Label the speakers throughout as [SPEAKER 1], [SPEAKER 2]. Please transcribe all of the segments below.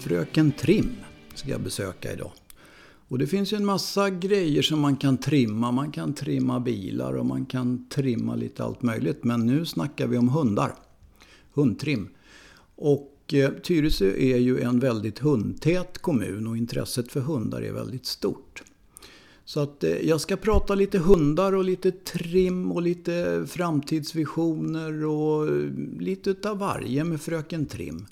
[SPEAKER 1] Fröken Trim ska jag besöka idag. Och det finns ju en massa grejer som man kan trimma. Man kan trimma bilar och man kan trimma lite allt möjligt. Men nu snackar vi om hundar. Hundtrim. Och eh, Tyresö är ju en väldigt hundtät kommun och intresset för hundar är väldigt stort. Så att eh, jag ska prata lite hundar och lite trim och lite framtidsvisioner och eh, lite utav varje med Fröken Trim.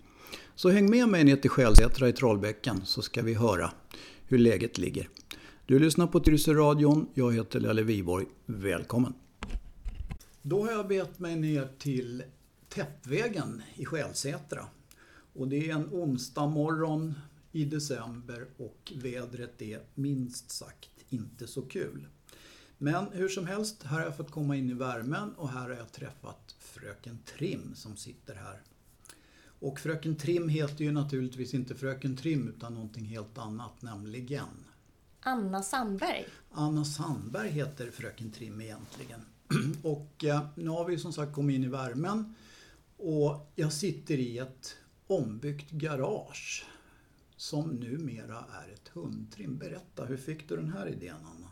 [SPEAKER 1] Så häng med mig ner till Skälsätra i Trollbäcken så ska vi höra hur läget ligger. Du lyssnar på Tyresöradion, jag heter Lelle Viborg. Välkommen! Då har jag bett mig ner till Täppvägen i Skälsätra. Och det är en onsdag morgon i december och vädret är minst sagt inte så kul. Men hur som helst, här har jag fått komma in i värmen och här har jag träffat fröken Trim som sitter här och Fröken Trim heter ju naturligtvis inte Fröken Trim utan någonting helt annat, nämligen
[SPEAKER 2] Anna Sandberg.
[SPEAKER 1] Anna Sandberg heter Fröken Trim egentligen. Och eh, nu har vi som sagt kommit in i värmen och jag sitter i ett ombyggt garage som numera är ett hundtrim. Berätta, hur fick du den här idén Anna?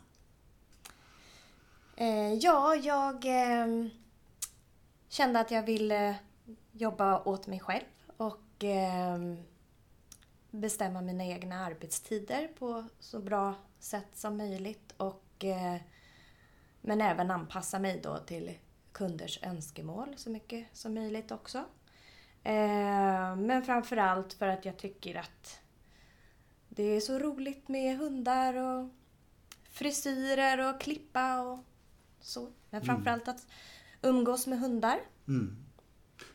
[SPEAKER 2] Eh, ja, jag ehm, kände att jag ville jobba åt mig själv och ehm, bestämma mina egna arbetstider på så bra sätt som möjligt. Och, eh, men även anpassa mig då till kunders önskemål så mycket som möjligt också. Eh, men framförallt för att jag tycker att det är så roligt med hundar och frisyrer och klippa och så. Men framförallt att umgås med hundar.
[SPEAKER 1] Mm.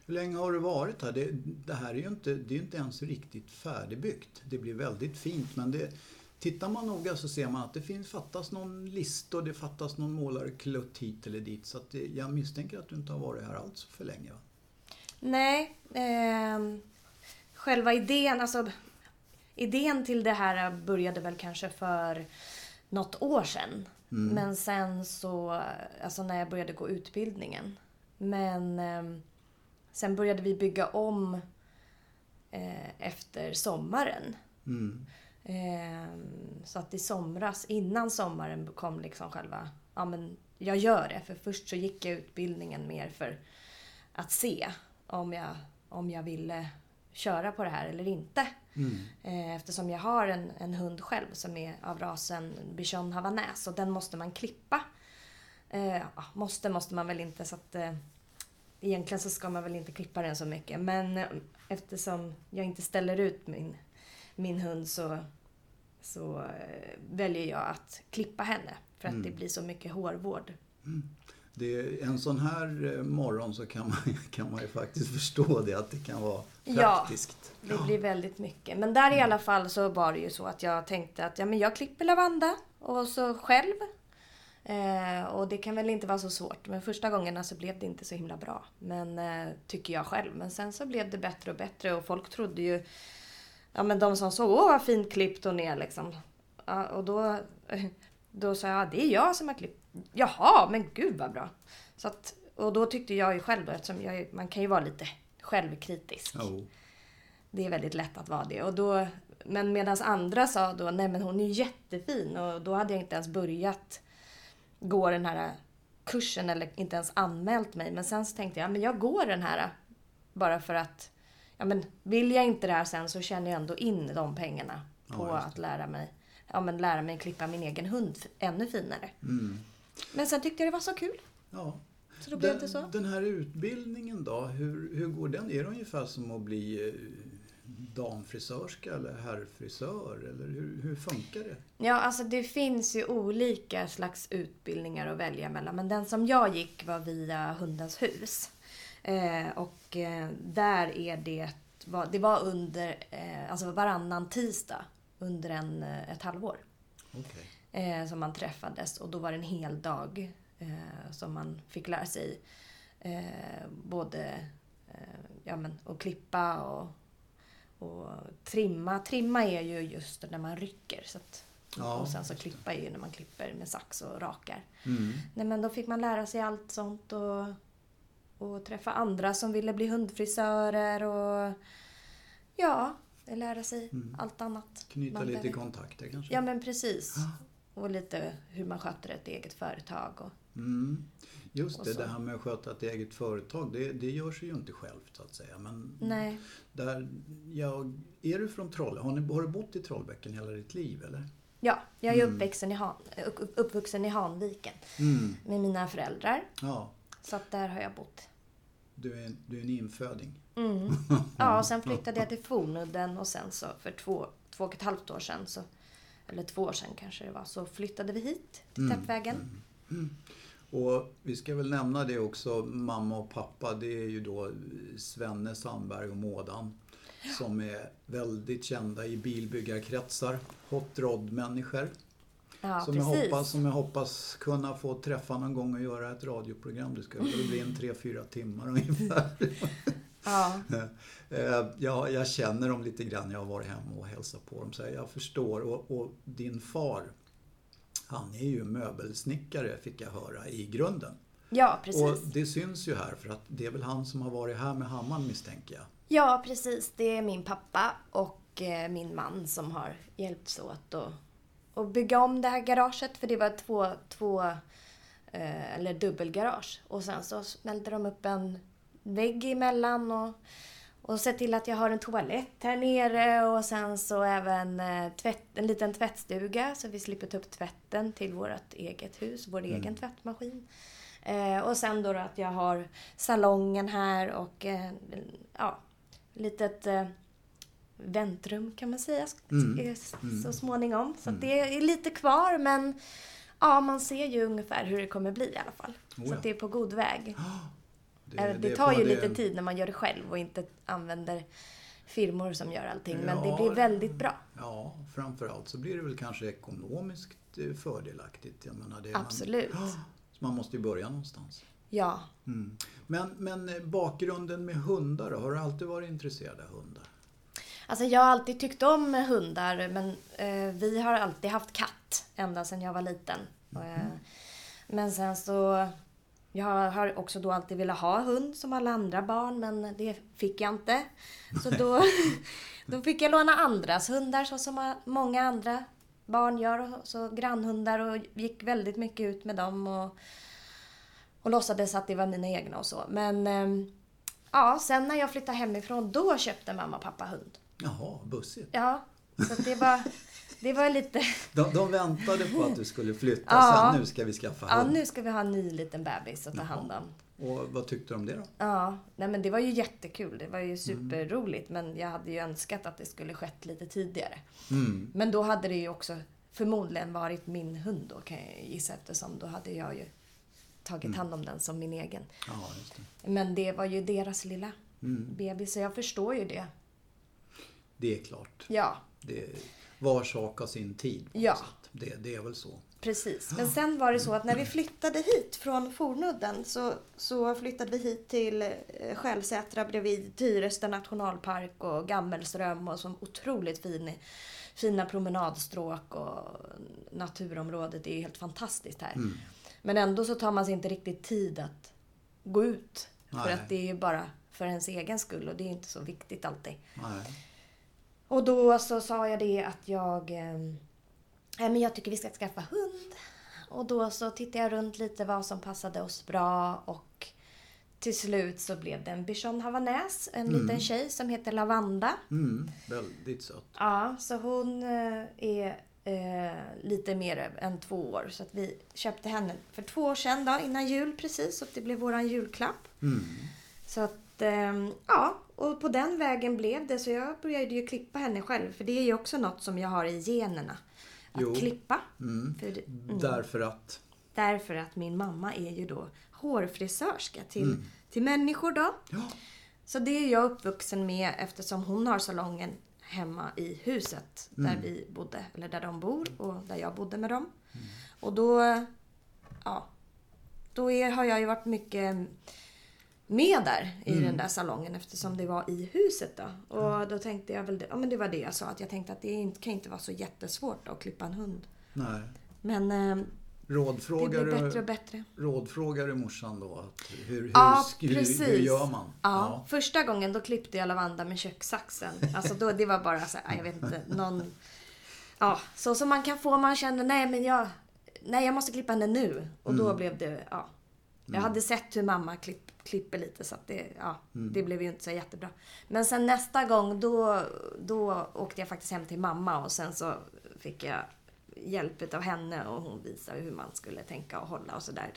[SPEAKER 1] Hur länge har du varit här? Det, det här är ju inte, det är ju inte ens riktigt färdigbyggt. Det blir väldigt fint men det, tittar man noga så ser man att det finns, fattas någon lista och det fattas någon målarklutt hit eller dit. Så att det, jag misstänker att du inte har varit här alls för länge. Va?
[SPEAKER 2] Nej, ehm, själva idén, alltså idén till det här började väl kanske för något år sedan. Men sen så, alltså när jag började gå utbildningen. Men ehm, sen började vi bygga om eh, efter sommaren.
[SPEAKER 1] Mm.
[SPEAKER 2] Ehm, Så att i somras, innan sommaren kom liksom själva, ja men jag gör det. För först så gick jag utbildningen mer för att se om jag, om jag ville köra på det här eller inte.
[SPEAKER 1] Mm.
[SPEAKER 2] Eh, Eftersom jag har en, en hund själv som är av rasen bichon havanäs och den måste man klippa. Eh, ja, måste måste man väl inte så att eh, egentligen så ska man väl inte klippa den så mycket men eh, eftersom jag inte ställer ut min, min hund så, så eh, väljer jag att klippa henne för att det blir så mycket hårvård.
[SPEAKER 1] Det, en sån här eh, morgon så kan man, kan man ju faktiskt förstå det att det kan vara
[SPEAKER 2] Ja.
[SPEAKER 1] praktiskt.
[SPEAKER 2] Det blir väldigt mycket. Men där i alla fall så var det ju så att jag tänkte att ja, men jag klipper Lavanda och så själv. Eh, och det kan väl inte vara så svårt. Men första gångerna så blev det inte så himla bra. Men eh, tycker jag själv. Men sen så blev det bättre och bättre och folk trodde ju... Ja men de som såg, åh vad fint klippt hon är liksom. Ja, och då, då sa jag, det är jag som har klippt. Jaha, men gud vad bra. Så att, och då tyckte jag ju själv då, eftersom jag, är- man kan ju vara lite självkritisk.
[SPEAKER 1] Jo.
[SPEAKER 2] Det är väldigt lätt att vara det. Och då, men medan andra sa då, nej men hon är ju jättefin och då hade jag inte ens börjat gå den här kursen eller inte ens anmält mig. Men sen så tänkte jag, men jag går den här bara för att, ja men vill jag inte det här sen så känner jag ändå in de pengarna på
[SPEAKER 1] Ja, just
[SPEAKER 2] att lära mig, ja men lära mig klippa min egen hund f- ännu finare.
[SPEAKER 1] Mm.
[SPEAKER 2] Men sen tyckte jag det var så kul.
[SPEAKER 1] Ja.
[SPEAKER 2] Så då blev
[SPEAKER 1] den,
[SPEAKER 2] det så.
[SPEAKER 1] den här utbildningen då, hur, hur går den? Är det ungefär som att bli eh, damfrisörska eller herrfrisör? Eller hur, hur funkar det?
[SPEAKER 2] Ja, alltså det finns ju olika slags utbildningar att välja mellan. Men den som jag gick var via Hundens hus. Eh, och eh, där är det, var- det var under, eh, alltså varannan tisdag under en, eh, ett halvår
[SPEAKER 1] Okej.
[SPEAKER 2] eh, som man träffades och då var det en hel dag eh, som man fick lära sig eh, både eh, ja, men, att klippa och, och trimma. Trimma är ju just när man rycker. Så att,
[SPEAKER 1] Ja,
[SPEAKER 2] och sen så
[SPEAKER 1] just
[SPEAKER 2] klippa är ju när man klipper med sax och rakar.
[SPEAKER 1] Mm.
[SPEAKER 2] Nej, men då fick man lära sig allt sånt och, och träffa andra som ville bli hundfrisörer och ja, lära sig allt annat.
[SPEAKER 1] Mm. Knyta
[SPEAKER 2] man
[SPEAKER 1] lite
[SPEAKER 2] behöver.
[SPEAKER 1] kontakter kanske?
[SPEAKER 2] Ja men precis.
[SPEAKER 1] Ah.
[SPEAKER 2] Och lite hur man sköter ett eget företag. Och,
[SPEAKER 1] Mm. Just
[SPEAKER 2] Och
[SPEAKER 1] det,
[SPEAKER 2] så.
[SPEAKER 1] det här med att sköta ett eget företag, det, det gör sig ju inte självt så att säga. Men
[SPEAKER 2] nej,
[SPEAKER 1] där, ja, är du från Troll, har, ni, har du bott i Trollbäcken hela ditt liv eller?
[SPEAKER 2] ja, jag är uppväxten i Han, upp- uppvuxen i Hanviken
[SPEAKER 1] Mm.
[SPEAKER 2] med mina föräldrar.
[SPEAKER 1] Ja,
[SPEAKER 2] Så att där har jag bott.
[SPEAKER 1] du är, du är en inföding.
[SPEAKER 2] Mm. Ja, och sen flyttade jag till Fornudden och sen så för två, två och ett halvt år sedan, så, eller två år sedan kanske det var, så flyttade vi hit till
[SPEAKER 1] Mm.
[SPEAKER 2] Täppvägen.
[SPEAKER 1] Och vi ska väl nämna det också, mamma och pappa, det är ju då Svenne Sandberg och Mådan. Som är väldigt kända i bilbyggarkretsar, hot rod-människor.
[SPEAKER 2] Ja,
[SPEAKER 1] som, jag
[SPEAKER 2] precis.
[SPEAKER 1] hoppas, som jag hoppas kunna få träffa någon gång och göra ett radioprogram. Det ska väl bli en 3-4 timmar ungefär.
[SPEAKER 2] Ja,
[SPEAKER 1] Eh, jag, jag känner dem lite grann, jag har varit hemma och hälsat på dem. Så jag förstår. Och, och din far, han är ju möbelsnickare fick jag höra i grunden.
[SPEAKER 2] ja precis.
[SPEAKER 1] Och det syns ju här för att det är väl han som har varit här med hammaren misstänker jag.
[SPEAKER 2] Ja, precis. Det är min pappa och eh, min man som har hjälpts åt att, att bygga om det här garaget. För det var två, två eh, eller dubbelgarage. Och sen så smällde de upp en vägg emellan och, och sett till att jag har en toalett här nere och sen så även eh, tvätt, en liten tvättstuga så vi slipper ta upp tvätten till vårt eget hus, vår egen tvättmaskin. Eh, och sen då, då att jag har salongen här och eh, ja, litet eh, väntrum kan man säga s-
[SPEAKER 1] Mm.
[SPEAKER 2] eh, s- så småningom. Så att det är lite kvar men ja, man ser ju ungefär hur det kommer bli i alla fall.
[SPEAKER 1] Oh
[SPEAKER 2] Så
[SPEAKER 1] ja.
[SPEAKER 2] att det är på god väg.
[SPEAKER 1] Det,
[SPEAKER 2] Eh, Det, det
[SPEAKER 1] är
[SPEAKER 2] tar ju
[SPEAKER 1] både-
[SPEAKER 2] lite tid när man gör det själv och inte använder firmor som gör allting. Men
[SPEAKER 1] Ja,
[SPEAKER 2] det blir
[SPEAKER 1] det-
[SPEAKER 2] väldigt bra.
[SPEAKER 1] Ja, framförallt så blir det väl kanske ekonomiskt eh, fördelaktigt. Jag menar, det är
[SPEAKER 2] Absolut.
[SPEAKER 1] Man, så man måste ju börja någonstans.
[SPEAKER 2] Ja.
[SPEAKER 1] Mm. Men, men eh, bakgrunden med hundar då? Har du alltid varit intresserad av hundar?
[SPEAKER 2] Alltså jag har alltid tyckt om hundar men eh, vi har alltid haft katt ända sedan jag var liten. Eh, men sen så... Jag har också då alltid velat ha hund som alla andra barn men det fick jag inte. Så då, då fick jag låna andras hundar så som många andra barn gör. och Så grannhundar och gick väldigt mycket ut med dem. Och, och låtsades att det var mina egna och så. Men ehm, ja, sen när jag flyttade hemifrån då köpte mamma och pappa hund.
[SPEAKER 1] Jaha, bussigt.
[SPEAKER 2] Ja, så att det var, det var lite...
[SPEAKER 1] De, de väntade på att du skulle flytta
[SPEAKER 2] Ja.
[SPEAKER 1] sen, nu ska vi skaffa
[SPEAKER 2] Ja,
[SPEAKER 1] hund.
[SPEAKER 2] nu ska vi ha en ny liten bebis att ta hand om.
[SPEAKER 1] Och vad tyckte du om det då?
[SPEAKER 2] Ja, nej men det var ju jättekul. Det var ju superroligt. Men jag hade ju önskat att det skulle skett lite tidigare.
[SPEAKER 1] Mm.
[SPEAKER 2] Men då hade det ju också förmodligen varit min hund då kan jag ju gissa eftersom då hade jag ju tagit hand om den som min egen.
[SPEAKER 1] Ja, just det.
[SPEAKER 2] Men det var ju deras lilla bebis så jag förstår ju det.
[SPEAKER 1] det är klart.
[SPEAKER 2] Ja,
[SPEAKER 1] Det, var sak har sin tid. på
[SPEAKER 2] Ja.
[SPEAKER 1] något sätt. Det, det är väl så.
[SPEAKER 2] Precis. Men sen var det så att när vi flyttade hit från Fornudden så, så flyttade vi hit till eh, Skälsätra bredvid Tyresta nationalpark och Gammelström och så otroligt fin, fina promenadstråk och naturområdet är ju helt fantastiskt här. Men ändå så tar man sig inte riktigt tid att gå ut. För
[SPEAKER 1] Nej.
[SPEAKER 2] att det är ju bara för ens egen skull och det är inte så viktigt alltid.
[SPEAKER 1] Nej.
[SPEAKER 2] Och då så sa jag det att jag... Eh, nej, men jag tycker vi ska skaffa hund. Och då så tittade jag runt lite vad som passade oss bra och till slut så blev det en bichon havanäs, en liten tjej som heter Lavanda.
[SPEAKER 1] Mm, väldigt sött.
[SPEAKER 2] Ja, så hon eh, är eh, lite mer än två år. Så att vi köpte henne för två år sedan då, innan jul precis. Så att det blev våran julklapp.
[SPEAKER 1] Mm.
[SPEAKER 2] Så att, ehm, ja. Och på den vägen blev det. Så jag började ju klippa henne själv. För det är ju också något som jag har i generna. Att
[SPEAKER 1] Jo.
[SPEAKER 2] klippa.
[SPEAKER 1] Mm.
[SPEAKER 2] För,
[SPEAKER 1] Därför att...
[SPEAKER 2] därför att min mamma är ju då hårfrisörska till,
[SPEAKER 1] Mm.
[SPEAKER 2] till människor då.
[SPEAKER 1] Ja,
[SPEAKER 2] Så det är jag uppvuxen med eftersom hon har salongen hemma i huset där vi bodde, eller där de bor och där jag bodde med dem. Och då, ja, då är, har jag ju varit mycket med där i den där salongen eftersom det var i huset då. Och då tänkte jag väl, det- ja men det var det jag sa, att jag tänkte att det inte- kan inte vara så jättesvårt att klippa en hund.
[SPEAKER 1] nej.
[SPEAKER 2] Men eh, Det
[SPEAKER 1] Rådfrågar
[SPEAKER 2] blir
[SPEAKER 1] du-
[SPEAKER 2] bättre och bättre.
[SPEAKER 1] Rådfrågar du morsan då? Att hur, hur,
[SPEAKER 2] Ja,
[SPEAKER 1] sk-
[SPEAKER 2] precis.
[SPEAKER 1] hur, hur gör man?
[SPEAKER 2] Ja. Första gången då klippte jag lavanda med kökssaxen. Alltså då, det var bara så här, jag vet inte, någon... Ja, så som man kan få, man känner nej men jag... Nej, jag måste klippa henne nu. Och då blev det, ja. Jag hade sett hur mamma klipp, klipper lite så att det, ja, det blev ju inte så jättebra. Men sen nästa gång då, då åkte jag faktiskt hem till mamma och sen så fick jag hjälp av henne och hon visade hur man skulle tänka och hålla och sådär.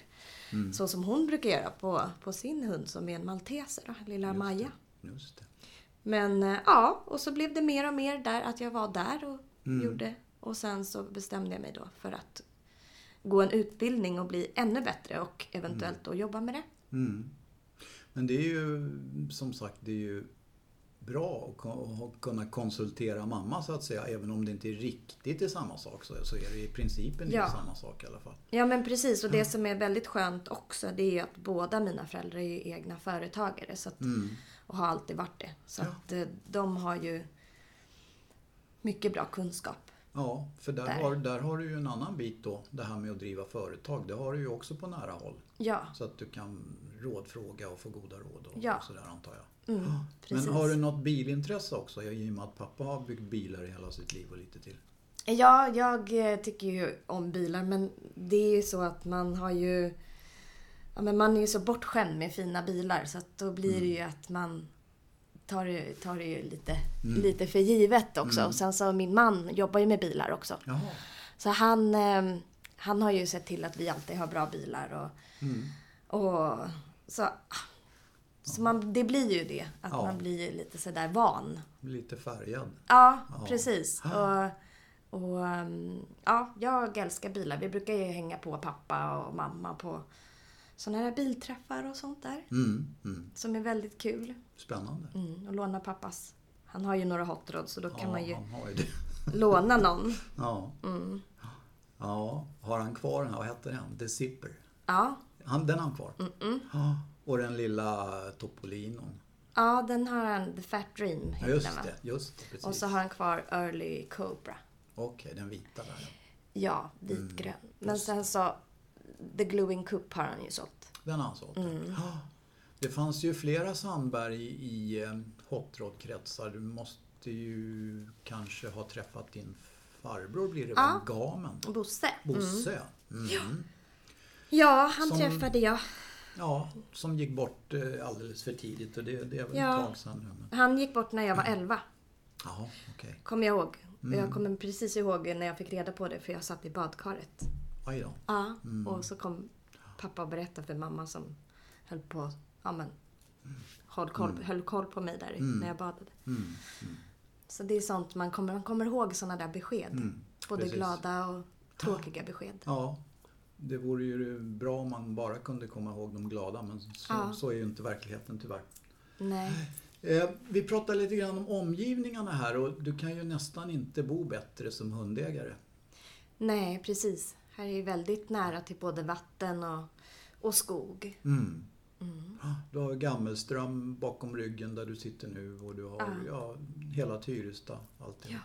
[SPEAKER 2] Så som hon brukar göra på, på sin hund som är en malteser, då, lilla Maja.
[SPEAKER 1] Just det.
[SPEAKER 2] Men eh, ja, och så blev det mer och mer där att jag var där och gjorde. Och sen så bestämde jag mig då för att gå en utbildning och bli ännu bättre och eventuellt då jobba med det.
[SPEAKER 1] Mm. Men det är ju som sagt, det är ju bra att ko- att kunna konsultera mamma så att säga. Även om det inte är riktigt är samma sak så, så är det i principen
[SPEAKER 2] Ja.
[SPEAKER 1] är samma sak i alla fall.
[SPEAKER 2] Ja men precis och det som är väldigt skönt också det är ju att båda mina föräldrar är ju egna företagare så att, och har alltid varit det. Så
[SPEAKER 1] Mm. Ja.
[SPEAKER 2] att eh, de har ju mycket bra kunskap.
[SPEAKER 1] Ja, för där,
[SPEAKER 2] Där.
[SPEAKER 1] Har, där har du ju en annan bit då. Det här med att driva företag, det har du ju också på nära håll.
[SPEAKER 2] Ja,
[SPEAKER 1] Så att du kan rådfråga och få goda råd och,
[SPEAKER 2] Ja.
[SPEAKER 1] och sådär antar jag.
[SPEAKER 2] mm, precis.
[SPEAKER 1] Men har du något bilintresse också? I och med att pappa har byggt bilar i hela sitt liv och lite till.
[SPEAKER 2] Ja, jag eh, tycker ju om bilar men det är ju så att man har ju... Ja, men man är ju så bortskämd med fina bilar så att då blir det ju att man tar, det- tar det ju lite, lite för givet också. Och sen så min man jobbar ju med bilar också.
[SPEAKER 1] Jaha.
[SPEAKER 2] Så han, eh, han har ju sett till att vi alltid har bra bilar och... och så ah. så man, det blir ju det. Att
[SPEAKER 1] Ja.
[SPEAKER 2] man blir ju lite sådär van.
[SPEAKER 1] Lite färgad.
[SPEAKER 2] Ja,
[SPEAKER 1] Ja. Ah.
[SPEAKER 2] precis. Och, och um, ja, jag älskar bilar. Vi brukar ju hänga på pappa och mamma på sådana här bilträffar och sånt där.
[SPEAKER 1] Mm, mm.
[SPEAKER 2] Som är väldigt kul.
[SPEAKER 1] Spännande.
[SPEAKER 2] Mm, och låna pappas. Han har ju några hot rods så då kan
[SPEAKER 1] ja,
[SPEAKER 2] man ju Mm.
[SPEAKER 1] han har ju det.
[SPEAKER 2] låna någon.
[SPEAKER 1] Ja. ja. Har han kvar den här, vad hette den? The Zipper.
[SPEAKER 2] Ja.
[SPEAKER 1] Han, den har han kvar. Ja. Och den lilla Topolinon.
[SPEAKER 2] ja, den har han. The Fat Dream
[SPEAKER 1] Ja,
[SPEAKER 2] heter den
[SPEAKER 1] just
[SPEAKER 2] va?
[SPEAKER 1] det, just det.
[SPEAKER 2] Och
[SPEAKER 1] Precis.
[SPEAKER 2] så har han kvar Early Cobra.
[SPEAKER 1] Okej, den vita där. ja.
[SPEAKER 2] Ja, vitgrön.
[SPEAKER 1] Mm,
[SPEAKER 2] Men sen så The Gluing Cup har han ju sålt.
[SPEAKER 1] Den har han sålt.
[SPEAKER 2] Mm.
[SPEAKER 1] Ja. Det fanns ju flera Sandberg i eh, hot rod-kretsar. Du måste ju kanske ha träffat din farbror blir det väl? Gamen?
[SPEAKER 2] Bosse.
[SPEAKER 1] Bosse, ja. Mm.
[SPEAKER 2] Ja, han
[SPEAKER 1] Som-
[SPEAKER 2] träffade jag.
[SPEAKER 1] Ja, som gick bort eh, alldeles för tidigt och det, det är väl
[SPEAKER 2] Ja.
[SPEAKER 1] ett tag sedan nu. men-
[SPEAKER 2] Han gick bort när jag var 11,
[SPEAKER 1] Jaha, okej.
[SPEAKER 2] kommer jag ihåg. Och Jag kommer precis ihåg när jag fick reda på det, för jag satt i badkaret.
[SPEAKER 1] Aj då.
[SPEAKER 2] Ja. Och så kom pappa och berättade för mamma som höll på, ja men, höll koll, höll koll på mig där i- när jag badade. Så det är sånt man kommer, man kommer ihåg sådana där besked. Både
[SPEAKER 1] precis.
[SPEAKER 2] glada och tråkiga besked.
[SPEAKER 1] Ja, det vore ju bra om man bara kunde komma ihåg de glada men så,
[SPEAKER 2] Ja.
[SPEAKER 1] så är ju inte verkligheten tyvärr.
[SPEAKER 2] Nej.
[SPEAKER 1] Eh, vi pratade lite grann om omgivningarna här och du kan ju nästan inte bo bättre som hundägare.
[SPEAKER 2] Nej, precis. Här är ju väldigt nära till både vatten och, och skog.
[SPEAKER 1] Mm. Du har Gammelström bakom ryggen där du sitter nu och du har ja, hela Tyresta, alltihop.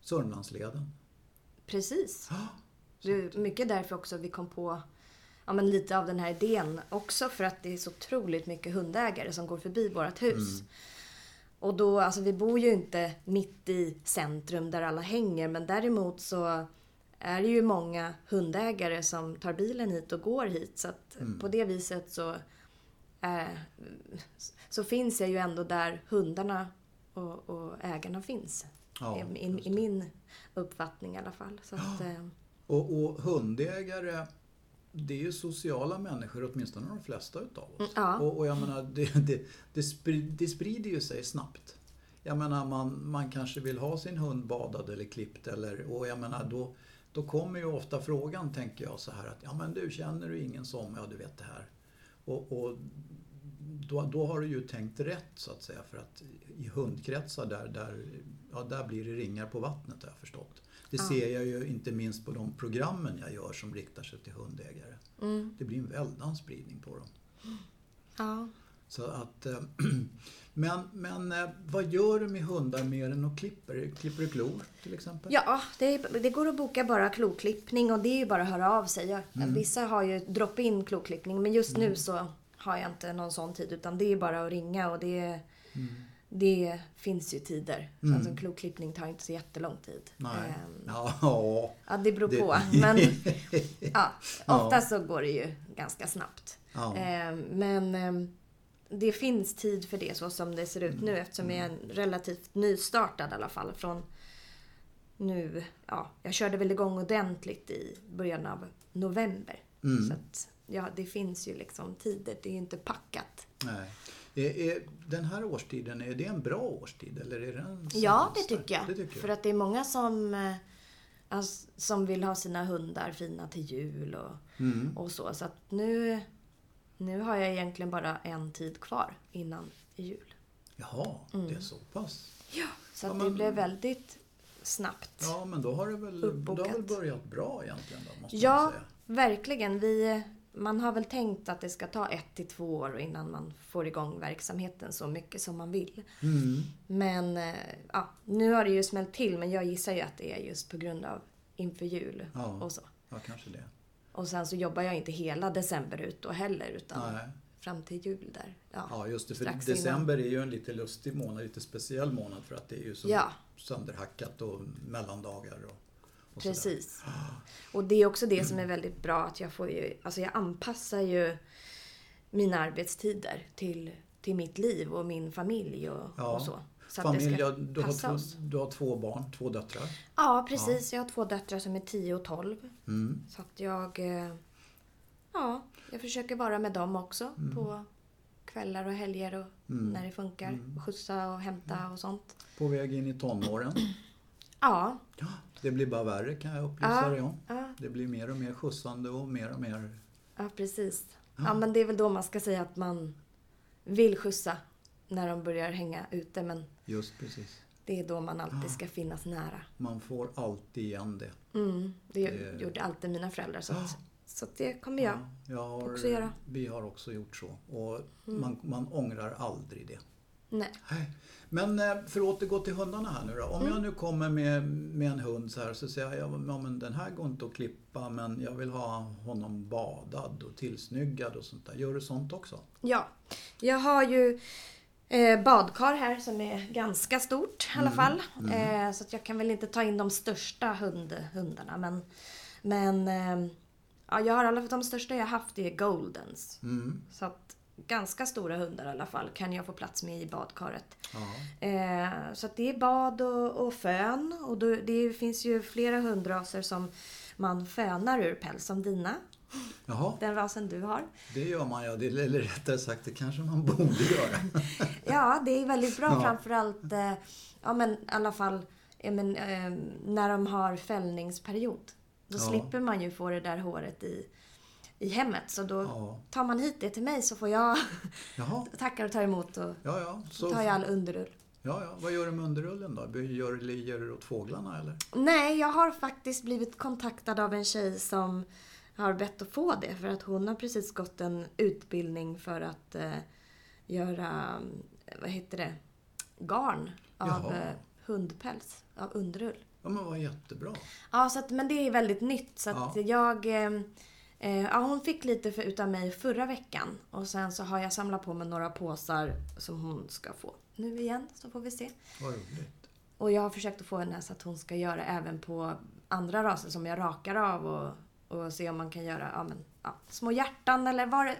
[SPEAKER 1] Sörmlandsleden. Ah,
[SPEAKER 2] Precis.
[SPEAKER 1] Ja,
[SPEAKER 2] Det är mycket därför också vi kom på ja, men lite av den här idén också för att det är så otroligt mycket hundägare som går förbi vårt hus. Och då, alltså vi bor ju inte mitt i centrum där alla hänger men däremot så är det ju många hundägare som tar bilen hit och går hit så att på det viset så, eh, så finns jag ju ändå där hundarna och, och ägarna finns.
[SPEAKER 1] Ja,
[SPEAKER 2] I, i, I min uppfattning i alla fall. Så att, eh,
[SPEAKER 1] Och, och hundägare, det är ju sociala människor, åtminstone de flesta utav oss.
[SPEAKER 2] ja.
[SPEAKER 1] Och, och jag menar, det, det, det, spri- det sprider ju sig snabbt. Jag menar, man, man kanske vill ha sin hund badad eller klippt eller, och jag menar, då, då kommer ju ofta frågan, tänker jag, så här att ja men du, känner du ingen som, ja du vet det här. Och, och då, då har du ju tänkt rätt så att säga för att i hundkretsar där, där, ja, där blir det ringar på vattnet har jag förstått. Det ser jag ju inte minst på de programmen jag gör
[SPEAKER 2] Mm.
[SPEAKER 1] som riktar sig till hundägare. Det blir en väldans spridning på dem.
[SPEAKER 2] Ja,
[SPEAKER 1] Så att, eh, men men eh, vad gör du med hundar mer än att klipper? Klipper du klor till exempel?
[SPEAKER 2] Ja, det, det går att boka bara kloklippning och det är ju bara att höra av sig. Jag, Vissa har ju drop-in kloklippning men just nu så har jag inte någon sån tid utan det är bara att ringa och det, det finns ju tider. Mm. Alltså, kloklippning tar inte så jättelång tid.
[SPEAKER 1] Nej.
[SPEAKER 2] Ehm,
[SPEAKER 1] Ja.
[SPEAKER 2] Ja, det beror
[SPEAKER 1] Det-
[SPEAKER 2] på. Men ja, oftast så går det ju ganska snabbt.
[SPEAKER 1] Ja.
[SPEAKER 2] Eh, Men eh, det finns tid för det så som det ser ut nu
[SPEAKER 1] Mm.
[SPEAKER 2] eftersom jag är en relativt nystartad i alla fall. Från nu, ja, jag körde väl igång ordentligt i början av november.
[SPEAKER 1] Mm.
[SPEAKER 2] Så att, ja, det finns ju liksom tider. Det är ju inte packat.
[SPEAKER 1] Nej. Är, är den här årstiden, är det en bra årstid eller är den
[SPEAKER 2] Ja, det
[SPEAKER 1] sämsta?
[SPEAKER 2] tycker jag.
[SPEAKER 1] Det tycker
[SPEAKER 2] För
[SPEAKER 1] jag.
[SPEAKER 2] att det är många som, eh, alltså, som vill ha sina hundar fina till jul och,
[SPEAKER 1] Mm.
[SPEAKER 2] och så. Så att nu, nu har jag egentligen bara en tid kvar innan jul.
[SPEAKER 1] Jaha,
[SPEAKER 2] Mm.
[SPEAKER 1] det är så pass.
[SPEAKER 2] Ja. Så att
[SPEAKER 1] Ja,
[SPEAKER 2] det
[SPEAKER 1] men-
[SPEAKER 2] blev väldigt snabbt. Ja,
[SPEAKER 1] Ja, men då har det väl, då har
[SPEAKER 2] Uppbokat.
[SPEAKER 1] väl börjat bra egentligen då, måste man säga.
[SPEAKER 2] verkligen. Vi, man har väl tänkt att det ska ta ett till två år innan man får igång verksamheten så mycket som man vill.
[SPEAKER 1] Mm.
[SPEAKER 2] Men eh, ja, nu har det ju smällt till men jag gissar ju att det är just på grund av inför jul
[SPEAKER 1] Ja.
[SPEAKER 2] och så.
[SPEAKER 1] Ja, kanske det.
[SPEAKER 2] Och sen så jobbar jag inte hela december ut då heller utan
[SPEAKER 1] Nej.
[SPEAKER 2] fram till jul där. Ja,
[SPEAKER 1] Ja, just det. För
[SPEAKER 2] strax
[SPEAKER 1] december är ju en lite lustig månad, lite speciell månad för att det är ju så
[SPEAKER 2] Ja.
[SPEAKER 1] sönderhackat och mellandagar och, och sådär. Mm.
[SPEAKER 2] Precis. Och det är också det som är väldigt bra att jag får ju, alltså jag anpassar ju mina arbetstider till, till mitt liv och min familj och,
[SPEAKER 1] Ja.
[SPEAKER 2] och så. Så
[SPEAKER 1] Familj, ja,
[SPEAKER 2] att
[SPEAKER 1] du,
[SPEAKER 2] det ska
[SPEAKER 1] har
[SPEAKER 2] passa oss.
[SPEAKER 1] två, du har två barn, två döttrar.
[SPEAKER 2] Ja, precis. Jag har två döttrar som är 10 och 12.
[SPEAKER 1] Mm.
[SPEAKER 2] Så att jag... eh, Ja, jag försöker vara med dem också
[SPEAKER 1] Mm.
[SPEAKER 2] på kvällar och helger och när det funkar.
[SPEAKER 1] Mm.
[SPEAKER 2] Skjutsa och hämta och sånt.
[SPEAKER 1] På väg in i tonåren.
[SPEAKER 2] Ja,
[SPEAKER 1] Ja, det blir bara värre kan jag upplysa
[SPEAKER 2] Ja,
[SPEAKER 1] dig om.
[SPEAKER 2] ja.
[SPEAKER 1] Det blir mer och mer skjutsande och mer och mer...
[SPEAKER 2] ja precis. Ja, men det är väl då man ska säga att man vill skjutsa när de börjar hänga ute. Men
[SPEAKER 1] Just precis.
[SPEAKER 2] det är då man alltid ska finnas nära.
[SPEAKER 1] Man får alltid igen det.
[SPEAKER 2] Mm, det
[SPEAKER 1] Det-
[SPEAKER 2] gjorde alltid mina föräldrar. Så, att, så att det kommer jag.
[SPEAKER 1] Jag har,
[SPEAKER 2] Också göra. Mm.
[SPEAKER 1] Vi har också gjort så. Och man, man ångrar aldrig det.
[SPEAKER 2] Nej.
[SPEAKER 1] Nej. Men eh, för att återgå till hundarna här nu då.
[SPEAKER 2] Mm.
[SPEAKER 1] Om jag nu kommer med, med en hund så här så säger jag ja, men den här går inte att klippa men jag vill ha honom badad och tillsnyggad och sånt där. Gör du sånt också?
[SPEAKER 2] Ja, jag har ju eh, badkar här som är ganska stort i alla fall. Eh, så att jag kan väl inte ta in de största hund, hundarna. Men, men eh, ja, jag har i alla fall de största jag haft är goldens.
[SPEAKER 1] Mm.
[SPEAKER 2] Så att ganska stora hundar i alla fall kan jag få plats med i badkaret.
[SPEAKER 1] Ja.
[SPEAKER 2] Eh, så att det är bad och, och fön. Och då, det finns ju flera hundraser som man fönar ur päls, som dina.
[SPEAKER 1] Jaha,
[SPEAKER 2] Den rasen du har.
[SPEAKER 1] det gör man ja. Det, eller rättare sagt det kanske man borde göra.
[SPEAKER 2] Ja, det är väldigt bra
[SPEAKER 1] Ja.
[SPEAKER 2] framförallt eh, ja, men, i alla fall eh, men, eh, när de har fällningsperiod.
[SPEAKER 1] Ja.
[SPEAKER 2] Då slipper man ju få det där håret i, i hemmet. Så då
[SPEAKER 1] Ja.
[SPEAKER 2] tar man hit det till mig så får jag
[SPEAKER 1] Jaha,
[SPEAKER 2] tackar och tar emot och
[SPEAKER 1] ja ja. Så,
[SPEAKER 2] tar jag
[SPEAKER 1] ja,
[SPEAKER 2] all underull.
[SPEAKER 1] ja. Vad gör du med underrullen då? Gör, gör du åt fåglarna eller?
[SPEAKER 2] Nej, jag har faktiskt blivit kontaktad av en tjej som har bett att få det för att hon har precis gått en utbildning för att eh, göra, eh, vad heter det, garn av
[SPEAKER 1] Jaha.
[SPEAKER 2] eh, hundpäls, av underull.
[SPEAKER 1] Ja men vad jättebra.
[SPEAKER 2] Ja, så att, men det är väldigt nytt. Så att
[SPEAKER 1] Ja.
[SPEAKER 2] jag, eh, eh, ja, hon fick lite för, utav mig förra veckan. Och sen så har jag samlat på mig några påsar som hon ska få nu igen. Så får vi se.
[SPEAKER 1] Vad roligt.
[SPEAKER 2] Och jag har försökt att få henne så att hon ska göra även på andra raser som jag rakar av. Och, och se om man kan göra ja, men, ja, små hjärtan eller vad det...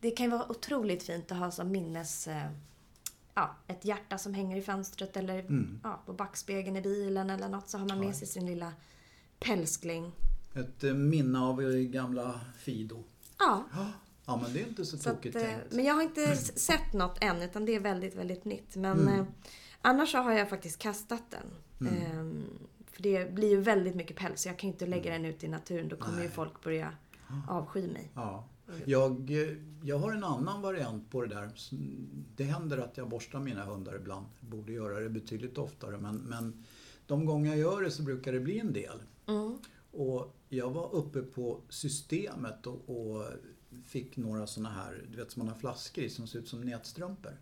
[SPEAKER 2] Det kan ju vara otroligt fint att ha som minnes... Eh, ja, ett hjärta som hänger i fönstret eller ja, på backspegeln i bilen eller något. Så har man med sig sin lilla pälskling.
[SPEAKER 1] Ett eh, minne av eh, gamla Fido.
[SPEAKER 2] Ja,
[SPEAKER 1] Ja, Ja men det är inte så,
[SPEAKER 2] så att,
[SPEAKER 1] tokigt
[SPEAKER 2] eh,
[SPEAKER 1] tänkt.
[SPEAKER 2] men jag har inte s- sett något än utan det är väldigt, väldigt nytt. Men
[SPEAKER 1] Mm.
[SPEAKER 2] eh, annars så har jag faktiskt kastat den. Ehm, för det blir ju väldigt mycket päls. Jag kan ju inte lägga
[SPEAKER 1] Mm.
[SPEAKER 2] den ut i naturen. Då kommer ju folk börja
[SPEAKER 1] Ah.
[SPEAKER 2] avsky mig.
[SPEAKER 1] Ja. Jag, eh, jag har en annan variant på det där. S- Det händer att jag borstar mina hundar ibland. Jag borde göra det betydligt oftare men, men de gånger jag gör det så brukar det bli en del. Och jag var uppe på Systemet och, och fick några sådana här, du vet som man har flaskor i som ser ut som nätstrumpor.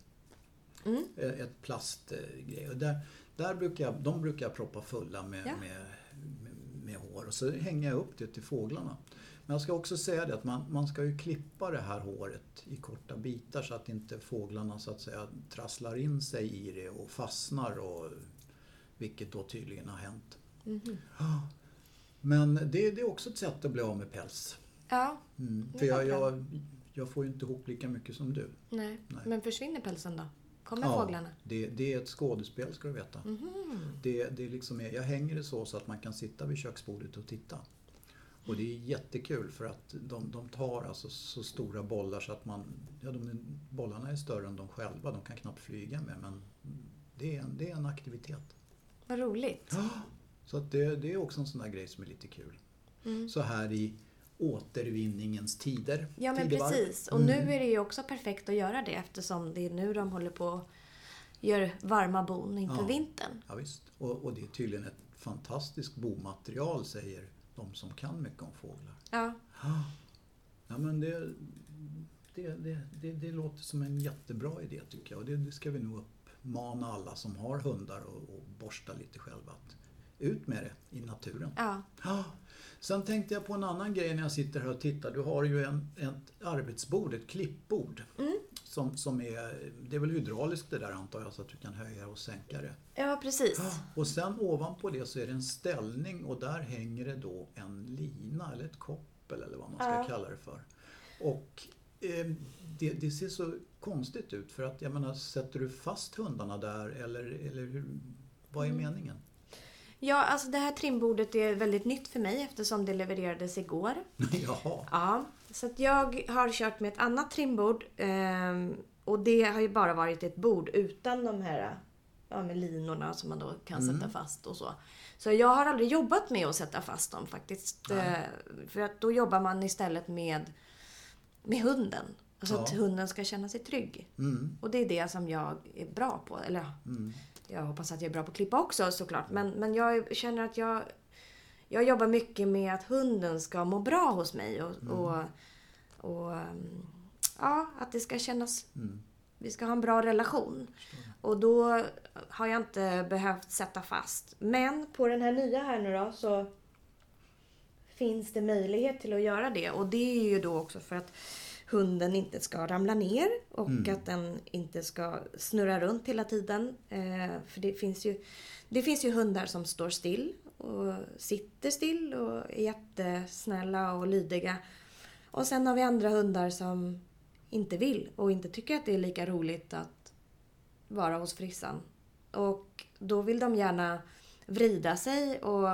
[SPEAKER 2] Mm.
[SPEAKER 1] Eh, Ett plastgrej. Och där, där brukar jag, de brukar jag proppa fulla med,
[SPEAKER 2] Ja.
[SPEAKER 1] med, med, med hår och så hänger jag upp det till fåglarna. Men jag ska också säga det att man, man ska ju klippa det här håret i korta bitar så att inte fåglarna så att säga trasslar in sig i det och fastnar och, vilket då tydligen har hänt.
[SPEAKER 2] Mhm.
[SPEAKER 1] Ja. Men det, det är också ett sätt att bli av med päls.
[SPEAKER 2] Ja,
[SPEAKER 1] Mm.
[SPEAKER 2] Det
[SPEAKER 1] För jag,
[SPEAKER 2] är bra.
[SPEAKER 1] jag, jag får ju inte ihop lika mycket som du.
[SPEAKER 2] nej.
[SPEAKER 1] Nej.
[SPEAKER 2] Men försvinner pälsen då? Kommer fåglarna?
[SPEAKER 1] det, det är ett skådespel ska du veta.
[SPEAKER 2] Mhm.
[SPEAKER 1] Det, det liksom är, jag hänger det så, så att man kan sitta vid köksbordet och titta. Och det är jättekul för att de, de tar alltså så stora bollar så att man... Ja, de, är- bollarna är större än de själva, de kan knappt flyga med men det är en, det är en aktivitet.
[SPEAKER 2] Vad roligt.
[SPEAKER 1] Så att det, det är också en sån där grej som är lite kul.
[SPEAKER 2] Mm.
[SPEAKER 1] Så här i återvinningens tider.
[SPEAKER 2] Ja men
[SPEAKER 1] tidevarv. Mm.
[SPEAKER 2] precis. Och nu är det ju också perfekt att göra det eftersom det är nu de håller på och gör varma bon inför
[SPEAKER 1] Ja.
[SPEAKER 2] vintern.
[SPEAKER 1] Ja, visst. Och, och det är tydligen ett fantastiskt bomaterial säger de som kan mycket om fåglar.
[SPEAKER 2] Ja.
[SPEAKER 1] Ja, men det, det, det, det, det låter som en jättebra idé tycker jag. Och det, det ska vi nog uppmana alla som har hundar och, och borsta lite själva. Att ut med det i naturen.
[SPEAKER 2] ja.
[SPEAKER 1] Ja. Sen tänkte jag på en annan grej när jag sitter här och tittar. Du har ju en, ett arbetsbord, ett klippbord. Som, som är, det är väl hydrauliskt det där antar jag så att du kan höja och sänka det.
[SPEAKER 2] Ja, precis.
[SPEAKER 1] Och sen ovanpå det så är det en ställning och där hänger det då en lina eller ett koppel eller vad man ska
[SPEAKER 2] Ja.
[SPEAKER 1] kalla det för. Och eh, det, det ser så konstigt ut för att jag menar, sätter du fast hundarna där eller, eller hur, vad är meningen?
[SPEAKER 2] Ja, alltså det här trimbordet är väldigt nytt för mig eftersom det levererades igår.
[SPEAKER 1] Jaha,
[SPEAKER 2] Ja, så att jag har kört med ett annat trimbord ehm, och det har ju bara varit ett bord utan de här ja, med linorna som man då kan
[SPEAKER 1] Mm.
[SPEAKER 2] sätta fast och så. Så jag har aldrig jobbat med att sätta fast dem faktiskt.
[SPEAKER 1] Nej.
[SPEAKER 2] eh, För att då jobbar man istället med, med hunden. Alltså
[SPEAKER 1] Ja.
[SPEAKER 2] att hunden ska känna sig trygg.
[SPEAKER 1] mm,
[SPEAKER 2] Och det är det som jag är bra på. Eller ja,
[SPEAKER 1] mm.
[SPEAKER 2] jag hoppas att jag är bra på att klippa också såklart. Men, men jag känner att jag, jag jobbar mycket med att hunden ska må bra hos mig. Och, och, och mm, ja, att det ska kännas...
[SPEAKER 1] Mm.
[SPEAKER 2] Vi ska ha en bra relation. Och då har jag inte behövt sätta fast. Men på den här nya här nu då så finns det möjlighet till att göra det. Och det är ju då också för att hunden inte ska ramla ner och att den inte ska snurra runt hela tiden. Eh, för det finns, ju, det finns ju hundar som står still och sitter still och är jättesnälla och lydiga. Och sen har vi andra hundar som inte vill och inte tycker att det är lika roligt att vara hos frissan. Och då vill de gärna vrida sig och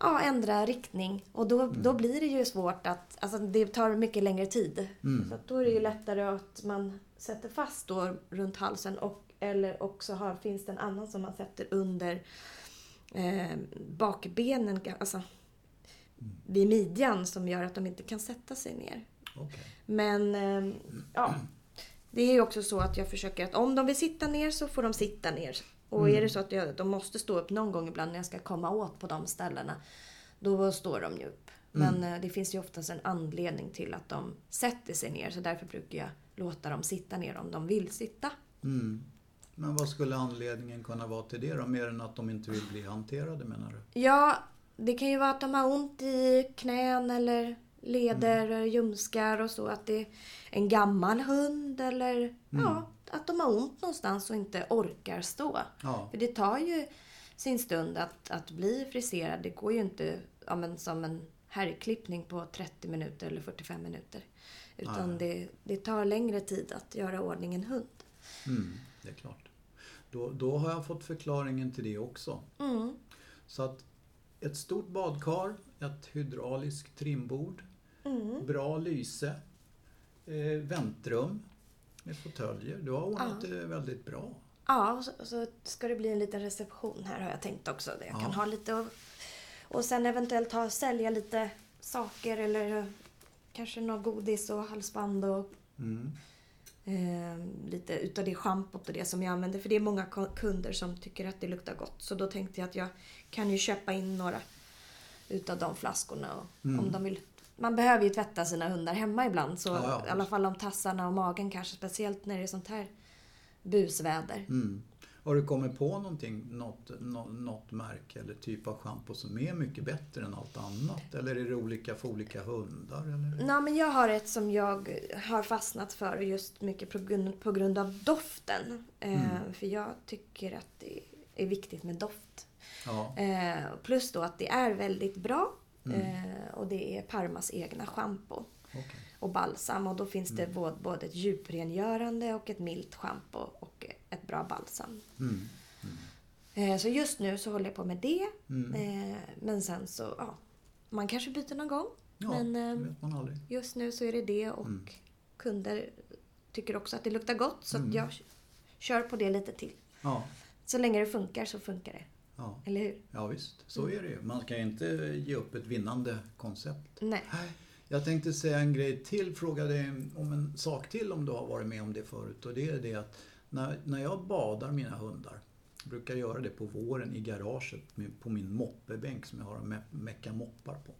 [SPEAKER 2] ja, ändra riktning. Och då, då blir det ju svårt att... Alltså det tar mycket längre tid.
[SPEAKER 1] mm,
[SPEAKER 2] Så att då är det ju lättare att man sätter fast då runt halsen och eller också har, finns det en annan som man sätter under eh, bakbenen, alltså vid midjan som gör att de inte kan sätta sig ner.
[SPEAKER 1] okej.
[SPEAKER 2] Men eh, ja, det är ju också så att jag försöker att om de vill sitta ner så får de sitta ner. Och är det så att jag, de måste stå upp någon gång ibland när jag ska komma åt på de ställena, då står de ju upp. Men eh, det finns ju oftast en anledning till att de sätter sig ner så därför brukar jag låta dem sitta ner om de vill sitta.
[SPEAKER 1] Mm. Men vad skulle anledningen kunna vara till det då? Mer än att de inte vill bli hanterade menar du?
[SPEAKER 2] Ja, det kan ju vara att de har ont i knän eller leder eller ljumskar och så. Att det är en gammal hund eller ja, att de har ont någonstans och inte orkar stå.
[SPEAKER 1] Ja,
[SPEAKER 2] För det tar ju sin stund att, att bli friserad. Det går ju inte ja, men, som en herrklippning på 30 minuter eller 45 minuter. Utan
[SPEAKER 1] Nej.
[SPEAKER 2] det, det tar längre tid att göra i ordning en hund.
[SPEAKER 1] mm, det är klart. Då, då har jag fått förklaringen till det också.
[SPEAKER 2] Mm.
[SPEAKER 1] Så att ett stort badkar, ett hydrauliskt trimbord,
[SPEAKER 2] Mm.
[SPEAKER 1] bra lyse, eh, väntrum med fåtöljer. Du har ordnat det väldigt bra.
[SPEAKER 2] Ja, och så, och så ska det bli en liten reception här har jag tänkt också. Där jag
[SPEAKER 1] Ja.
[SPEAKER 2] kan ha lite och, och sen eventuellt ha, sälja lite saker eller eh, kanske något godis och halsband och
[SPEAKER 1] Mm.
[SPEAKER 2] eh, lite utav det schampot och det som jag använder. För det är många ko- kunder som tycker att det luktar gott. Så då tänkte jag att jag kan ju köpa in några utav de flaskorna och, om de vill man behöver ju tvätta sina hundar hemma ibland. Så
[SPEAKER 1] Mm. Ja, ja.
[SPEAKER 2] I alla fall om tassarna och magen kanske. Speciellt när det är sånt här busväder.
[SPEAKER 1] Mm. Har du kommit på någonting, något, nå- något märke eller typ av schampo som är mycket bättre än allt annat? Eller är det olika för olika hundar? Eller?
[SPEAKER 2] Nej, men jag har ett som jag har fastnat för just mycket på grund, på grund av doften. Eh,
[SPEAKER 1] Mm.
[SPEAKER 2] För jag tycker att det är viktigt med doft.
[SPEAKER 1] Ja.
[SPEAKER 2] Eh, plus då att det är väldigt bra.
[SPEAKER 1] Mm.
[SPEAKER 2] Eh, och det är Parmas egna schampo
[SPEAKER 1] okej.
[SPEAKER 2] och balsam. Och då finns det
[SPEAKER 1] Mm.
[SPEAKER 2] både, både ett djuprengörande och ett milt schampo och ett bra balsam.
[SPEAKER 1] Mm.
[SPEAKER 2] Eh, så just nu så håller jag på med det.
[SPEAKER 1] Mm.
[SPEAKER 2] Eh, men sen så, ja. Man kanske byter någon gång.
[SPEAKER 1] Ja,
[SPEAKER 2] men,
[SPEAKER 1] det
[SPEAKER 2] ehm,
[SPEAKER 1] vet man aldrig.
[SPEAKER 2] Just nu så är det det och kunder tycker också att det luktar gott så att jag kör på det lite till.
[SPEAKER 1] Ja,
[SPEAKER 2] Så länge det funkar så funkar det.
[SPEAKER 1] ja.
[SPEAKER 2] Eller hur?
[SPEAKER 1] ja visst, så är det ju. Man ska ju inte ge upp ett vinnande koncept.
[SPEAKER 2] Nej.
[SPEAKER 1] Nej. Jag tänkte säga en grej till, fråga dig om en sak till om du har varit med om det förut. Och det är det att när, när jag badar mina hundar, jag brukar göra det på våren i garaget med, på min moppebänk som jag har att me- mecka moppar på.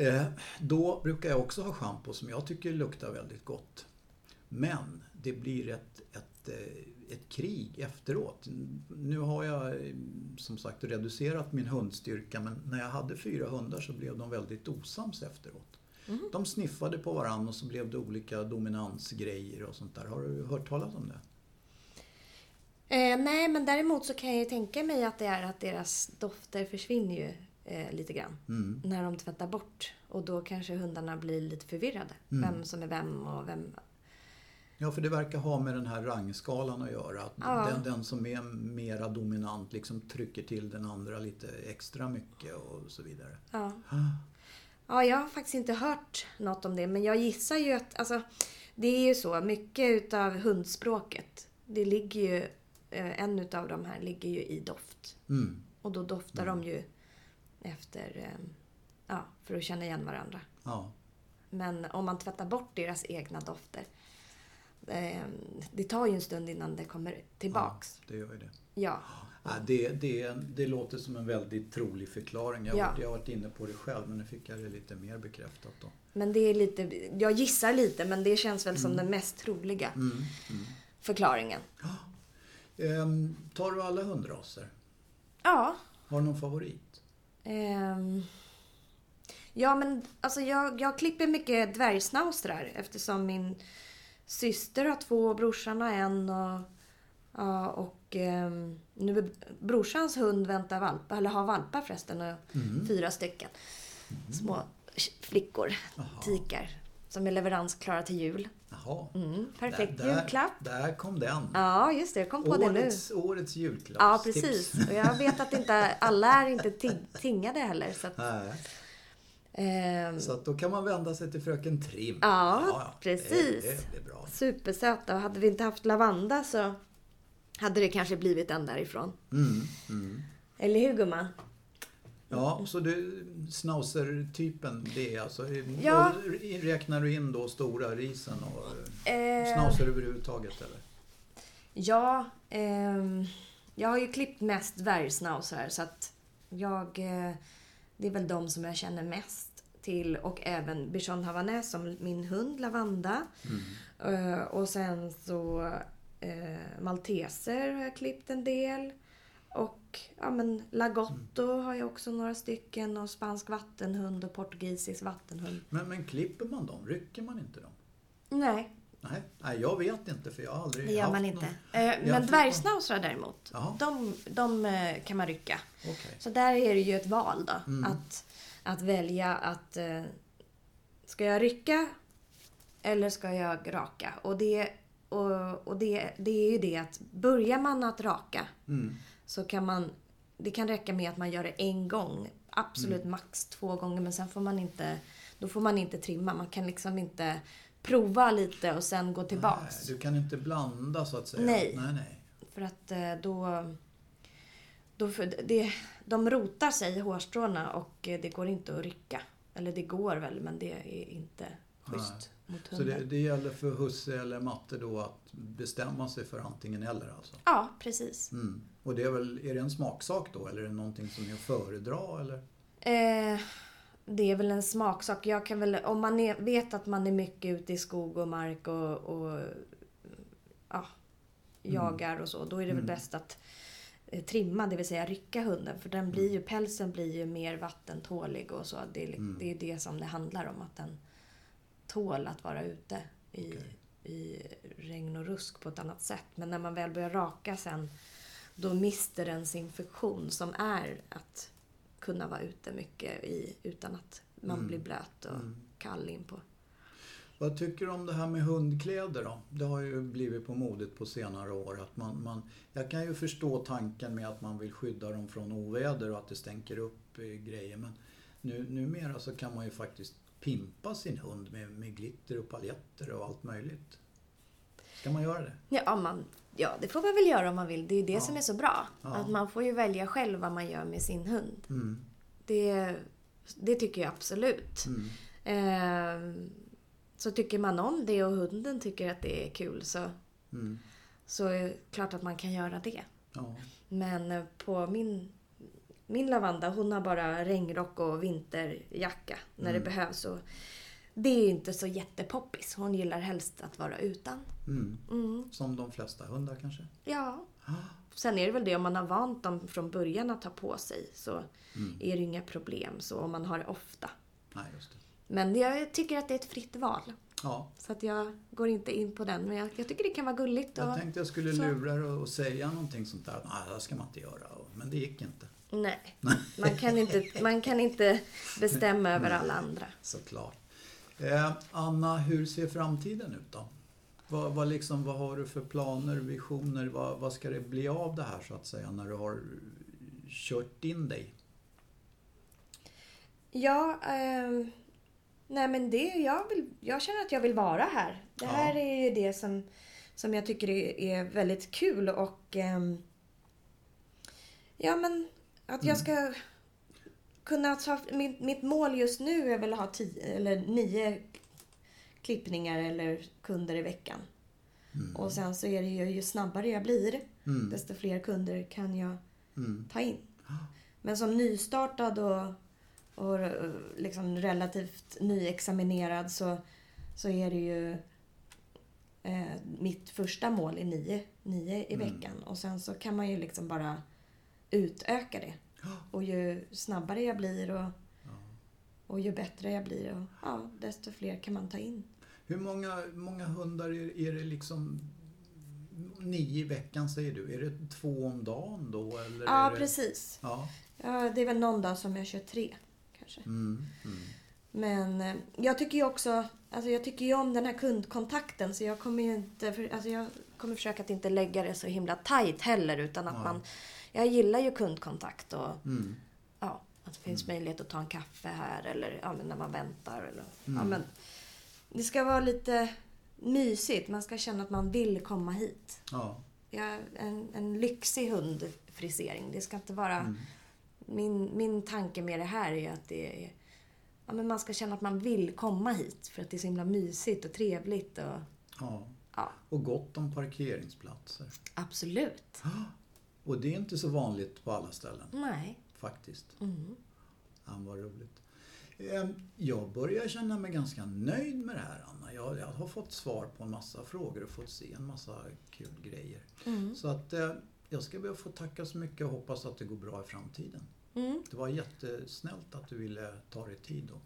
[SPEAKER 1] Eh, då brukar jag också ha schampo som jag tycker luktar väldigt gott. Men det blir ett, ett, eh, ett krig efteråt. Nu har jag eh, som sagt reducerat min hundstyrka men när jag hade fyra hundar så blev de väldigt osams efteråt. De sniffade på varandra och så blev det olika dominansgrejer och sånt där. Har du hört talas om det?
[SPEAKER 2] Eh, nej, men däremot så kan jag ju tänka mig att det är att deras dofter försvinner ju eh, lite grann.
[SPEAKER 1] Mm.
[SPEAKER 2] När de tvättar bort. Och då kanske hundarna blir lite förvirrade. Vem som är vem och vem...
[SPEAKER 1] Ja, för det verkar ha med den här rangskalan att göra. Att
[SPEAKER 2] Ja.
[SPEAKER 1] den, den som är mera dominant liksom trycker till den andra lite extra mycket och så vidare.
[SPEAKER 2] Ja. Ja, jag har faktiskt inte hört något om det, men jag gissar ju att... Alltså, det är ju så, mycket utav hundspråket, det ligger ju... eh, En utav de här ligger ju i doft.
[SPEAKER 1] Mm.
[SPEAKER 2] Och då doftar de ju efter... eh, Ja, för att känna igen varandra.
[SPEAKER 1] Ja.
[SPEAKER 2] Men om man tvättar bort deras egna dofter, eh, det tar ju en stund innan det kommer tillbaks.
[SPEAKER 1] ja, det gör ju det.
[SPEAKER 2] Ja.
[SPEAKER 1] Ja, det, det, det låter som en väldigt trolig förklaring. Jag, har
[SPEAKER 2] Ja.
[SPEAKER 1] varit- jag har varit inne på det själv men nu fick jag det lite mer bekräftat. Då.
[SPEAKER 2] Men det är lite... Jag gissar lite, men det känns väl som den mest troliga förklaringen.
[SPEAKER 1] Ehm, tar du alla hundraser?
[SPEAKER 2] Ja,
[SPEAKER 1] Har du någon favorit?
[SPEAKER 2] Ehm, ja, men alltså jag, jag klipper mycket dvärgsnausrar eftersom min syster har två och brorsan har en. Och, ja, och ehm, nu är brorsans hund väntar valpar, eller har valpar förresten, och
[SPEAKER 1] Mm.
[SPEAKER 2] fyra stycken små flickor, tikar, som är leveransklara till jul.
[SPEAKER 1] Jaha.
[SPEAKER 2] Mm, perfekt
[SPEAKER 1] där,
[SPEAKER 2] julklapp.
[SPEAKER 1] Där kom den.
[SPEAKER 2] Ja, just det. Jag kom på det nu.
[SPEAKER 1] årets, årets
[SPEAKER 2] Ja,
[SPEAKER 1] julklappstips.
[SPEAKER 2] precis. Och jag vet att inte alla är inte ting, tingade heller. Så att,
[SPEAKER 1] Nej,
[SPEAKER 2] ehm,
[SPEAKER 1] så att då kan man vända sig till fröken Trim.
[SPEAKER 2] Ja,
[SPEAKER 1] Det,
[SPEAKER 2] precis.
[SPEAKER 1] det, det är bra.
[SPEAKER 2] Supersöta. Och hade vi inte haft lavanda så hade det kanske blivit den därifrån.
[SPEAKER 1] Mm, mm.
[SPEAKER 2] Eller hur gumman?
[SPEAKER 1] Ja, så du, snauser-typen, det är alltså...
[SPEAKER 2] Ja.
[SPEAKER 1] och Räknar du in då stora risen och...
[SPEAKER 2] Eh,
[SPEAKER 1] Snauser överhuvudtaget eller?
[SPEAKER 2] ja, ehm, jag har ju klippt mest dvärgsnausar så att jag... Eh, det är väl de som jag känner mest till och även Bichon Havanais som min hund Lavanda. Eh, och sen så eh, malteser har jag klippt en del. Och ja, men lagotto har jag också några stycken och spansk vattenhund och portugisisk vattenhund.
[SPEAKER 1] Men, men klipper man dem? Rycker man inte dem?
[SPEAKER 2] Nej,
[SPEAKER 1] Nej, nej jag vet inte för jag har aldrig
[SPEAKER 2] det gör
[SPEAKER 1] haft
[SPEAKER 2] man
[SPEAKER 1] någon-
[SPEAKER 2] inte. Eh,
[SPEAKER 1] Jag
[SPEAKER 2] men
[SPEAKER 1] fick-
[SPEAKER 2] dvärgsnausar däremot,
[SPEAKER 1] Jaha.
[SPEAKER 2] de, de eh, kan man rycka.
[SPEAKER 1] Okej. Mm.
[SPEAKER 2] Så där är det ju ett val då. Att, att välja att eh, ska jag rycka eller ska jag raka? Och, det, och, och det, det är ju det att börjar man att raka
[SPEAKER 1] Mm.
[SPEAKER 2] så kan man det kan räcka med att man gör det en gång. Absolut
[SPEAKER 1] Mm.
[SPEAKER 2] max två gånger men sen får man inte då får man inte trimma. Man kan liksom inte prova lite och sen gå
[SPEAKER 1] Nej,
[SPEAKER 2] tillbaks.
[SPEAKER 1] du kan inte blanda så att säga?
[SPEAKER 2] Nej.
[SPEAKER 1] nej, nej.
[SPEAKER 2] För att eh, då... då för, det, de rotar sig i hårstråna och eh, det går inte att rycka. Eller det går väl, men det är inte schysst mot
[SPEAKER 1] Så
[SPEAKER 2] hunden.
[SPEAKER 1] det, det gäller för husse eller matte då att bestämma sig för antingen eller alltså?
[SPEAKER 2] Ja, precis.
[SPEAKER 1] Mm. Och det är väl, är det en smaksak då eller är det någonting som är att föredra eller?
[SPEAKER 2] Eh, det är väl en smaksak. Jag kan väl, om man är, vet att man är mycket ute i skog och mark och, och ja, jagar och så, då är det väl bäst att eh, trimma, det vill säga rycka hunden. För den blir ju, pälsen blir ju mer vattentålig och så. Det är, li- det, är det som det handlar om, att den tål att vara ute i, i regn och rusk på ett annat sätt. Men när man väl börjar raka sen, då mister den sin funktion som är att kunna vara ute mycket i, utan att man
[SPEAKER 1] Mm.
[SPEAKER 2] blir blöt och kall in på.
[SPEAKER 1] Vad tycker du om det här med hundkläder då? Det har ju blivit på modet på senare år. Att man, man, jag kan ju förstå tanken med att man vill skydda dem från oväder och att det stänker upp eh, grejer. Men nu, numera så kan man ju faktiskt pimpa sin hund med, med glitter och paljetter och allt möjligt. Ska man göra det?
[SPEAKER 2] Ja, man, ja, det får man väl göra om man vill. Det är det
[SPEAKER 1] Ja.
[SPEAKER 2] som är så bra.
[SPEAKER 1] Ja.
[SPEAKER 2] Att man får ju välja själv vad man gör med sin hund.
[SPEAKER 1] Mm.
[SPEAKER 2] Det, det tycker jag absolut.
[SPEAKER 1] Mm.
[SPEAKER 2] Ehm, så tycker man om det och hunden tycker att det är kul så,
[SPEAKER 1] Mm.
[SPEAKER 2] så är det klart att man kan göra det.
[SPEAKER 1] Ja.
[SPEAKER 2] Men eh, på min, min Lavanda, hon har bara regnrock och vinterjacka när det behövs. Och det är ju inte så jättepoppis. Hon gillar helst att vara utan.
[SPEAKER 1] Mm.
[SPEAKER 2] Mm,
[SPEAKER 1] Som de flesta hundar kanske?
[SPEAKER 2] ja.
[SPEAKER 1] Ah.
[SPEAKER 2] Sen är det väl det om man har vant dem från början att ta på sig så är det inga problem så om man har det ofta.
[SPEAKER 1] Nej, just det.
[SPEAKER 2] Men jag tycker att det är ett fritt val.
[SPEAKER 1] Ja,
[SPEAKER 2] Så att jag går inte in på den. Men jag, jag tycker det kan vara gulligt. Och,
[SPEAKER 1] jag tänkte jag skulle
[SPEAKER 2] så-
[SPEAKER 1] lura dig och säga någonting sånt där. Nej, det här ska man inte göra. Och- Men det gick inte.
[SPEAKER 2] Nej, man kan, inte, man kan inte bestämma över alla andra.
[SPEAKER 1] Såklart. Eh, Anna, hur ser framtiden ut då? Vad, vad, liksom, vad har du för planer, visioner? Vad, vad ska det bli av det här så att säga när du har kört in dig?
[SPEAKER 2] Ja, ehm, nej men det jag vill, jag känner att jag vill vara här. Det
[SPEAKER 1] Ja.
[SPEAKER 2] här är ju det som, som jag tycker är, är väldigt kul och ehm, ja men att
[SPEAKER 1] Mm.
[SPEAKER 2] jag ska kunna ta, mitt, mitt mål just nu är väl att ha tio, eller nio klippningar eller kunder i veckan. Och sen så är det ju, ju snabbare jag blir
[SPEAKER 1] Mm,
[SPEAKER 2] desto fler kunder kan jag
[SPEAKER 1] mm,
[SPEAKER 2] ta in. Men som nystartad och, och eh, liksom relativt nyexaminerad så, så är det ju eh, mitt första mål är nio, nio
[SPEAKER 1] Mm.
[SPEAKER 2] i veckan. Och sen så kan man ju liksom bara utöka det. Och ju snabbare jag blir och, och ju bättre jag blir, och, ja, desto fler kan man ta in.
[SPEAKER 1] Hur många, många hundar är, är det liksom? Nio i veckan säger du. Är det två om dagen då? Eller
[SPEAKER 2] Ja,
[SPEAKER 1] är det,
[SPEAKER 2] precis.
[SPEAKER 1] Ja,
[SPEAKER 2] Ja, det är väl någon dag som jag kör tre, kanske.
[SPEAKER 1] mm, mm,
[SPEAKER 2] Men eh, jag tycker ju också, alltså jag tycker ju om den här kundkontakten så jag kommer ju inte, för, alltså jag kommer försöka att inte lägga det så himla tajt heller utan att
[SPEAKER 1] Nej.
[SPEAKER 2] man, jag gillar ju kundkontakt och
[SPEAKER 1] mm.
[SPEAKER 2] ja, att det finns möjlighet att ta en kaffe här eller ja, men när man väntar eller ja, men det ska vara lite mysigt, man ska känna att man vill komma hit.
[SPEAKER 1] Ja,
[SPEAKER 2] Jag, en, en lyxig hundfrisering, det ska inte vara min, min tanke med det här är att det är, ja, men man ska känna att man vill komma hit för att det är så himla mysigt och trevligt. Och,
[SPEAKER 1] ja.
[SPEAKER 2] ja,
[SPEAKER 1] Och gott om parkeringsplatser.
[SPEAKER 2] absolut.
[SPEAKER 1] Och det är inte så vanligt på alla ställen.
[SPEAKER 2] Nej.
[SPEAKER 1] faktiskt. Han var roligt. Eh, Jag börjar känna mig ganska nöjd med det här Anna. Jag, jag har fått svar på en massa frågor och fått se en massa kul grejer. Så att eh, jag ska be att få tacka så mycket och hoppas att det går bra i framtiden.
[SPEAKER 2] Mm.
[SPEAKER 1] Det var jättesnällt att du ville ta dig tid då.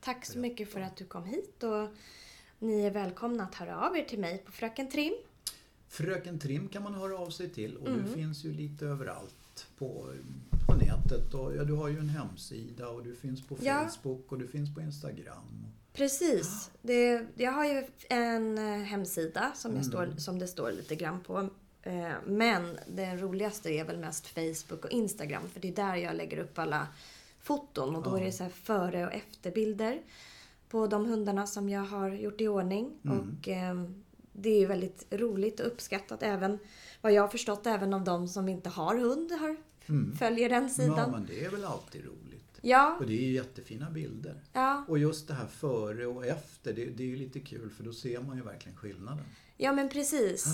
[SPEAKER 2] Tack så mycket för att du kom hit och ni är välkomna att höra av er till mig på Fröken Trim.
[SPEAKER 1] Fröken Trim kan man höra av sig till och
[SPEAKER 2] Mm.
[SPEAKER 1] du finns ju lite överallt på, på nätet. Och, ja, du har ju en hemsida och du finns på
[SPEAKER 2] Ja.
[SPEAKER 1] Facebook och du finns på Instagram.
[SPEAKER 2] Precis. Det, jag har ju en eh, hemsida som,
[SPEAKER 1] Mm.
[SPEAKER 2] jag står, som det står lite grann på. Eh, Men det roligaste är väl mest Facebook och Instagram för det är där jag lägger upp alla foton och då är det så här före och efterbilder på de hundarna som jag har gjort i ordning.
[SPEAKER 1] Mm.
[SPEAKER 2] Och eh, det är ju väldigt roligt och uppskattat även vad jag har förstått även av de som inte har hund har, följer den
[SPEAKER 1] Mm. Ja,
[SPEAKER 2] sidan.
[SPEAKER 1] men det är väl alltid roligt.
[SPEAKER 2] Ja,
[SPEAKER 1] Och det är ju jättefina bilder.
[SPEAKER 2] ja,
[SPEAKER 1] Och just det här före och efter, det, det är ju lite kul för då ser man ju verkligen skillnaden.
[SPEAKER 2] ja men precis.
[SPEAKER 1] Ah,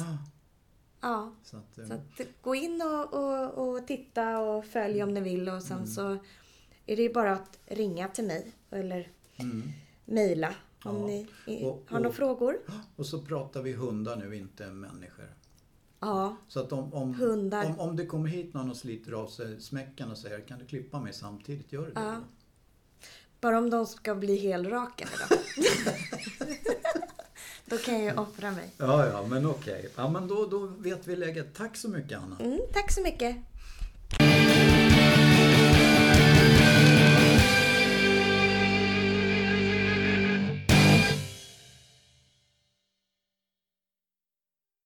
[SPEAKER 2] Ja.
[SPEAKER 1] Så att, eh, Mm.
[SPEAKER 2] Så att gå in och, och, och titta och följ om ni vill och sen så är det bara att ringa till mig eller mejla om
[SPEAKER 1] Mm. Ja.
[SPEAKER 2] ni i-
[SPEAKER 1] Och-
[SPEAKER 2] har några
[SPEAKER 1] och-
[SPEAKER 2] frågor.
[SPEAKER 1] ah, Och så pratar vi hundar nu, inte människor.
[SPEAKER 2] Ja,
[SPEAKER 1] Så att om, om,
[SPEAKER 2] Hundar.
[SPEAKER 1] om, om det kommer hit någon och sliter av sig smäcken och säger kan du klippa mig samtidigt, gör du det?
[SPEAKER 2] Ja. bara om de ska bli helrakade då. då kan jag ju offra mig.
[SPEAKER 1] Ja, ja, men okej. Ja, men då, då vet vi läget. Tack så mycket Anna.
[SPEAKER 2] Mm, tack så mycket.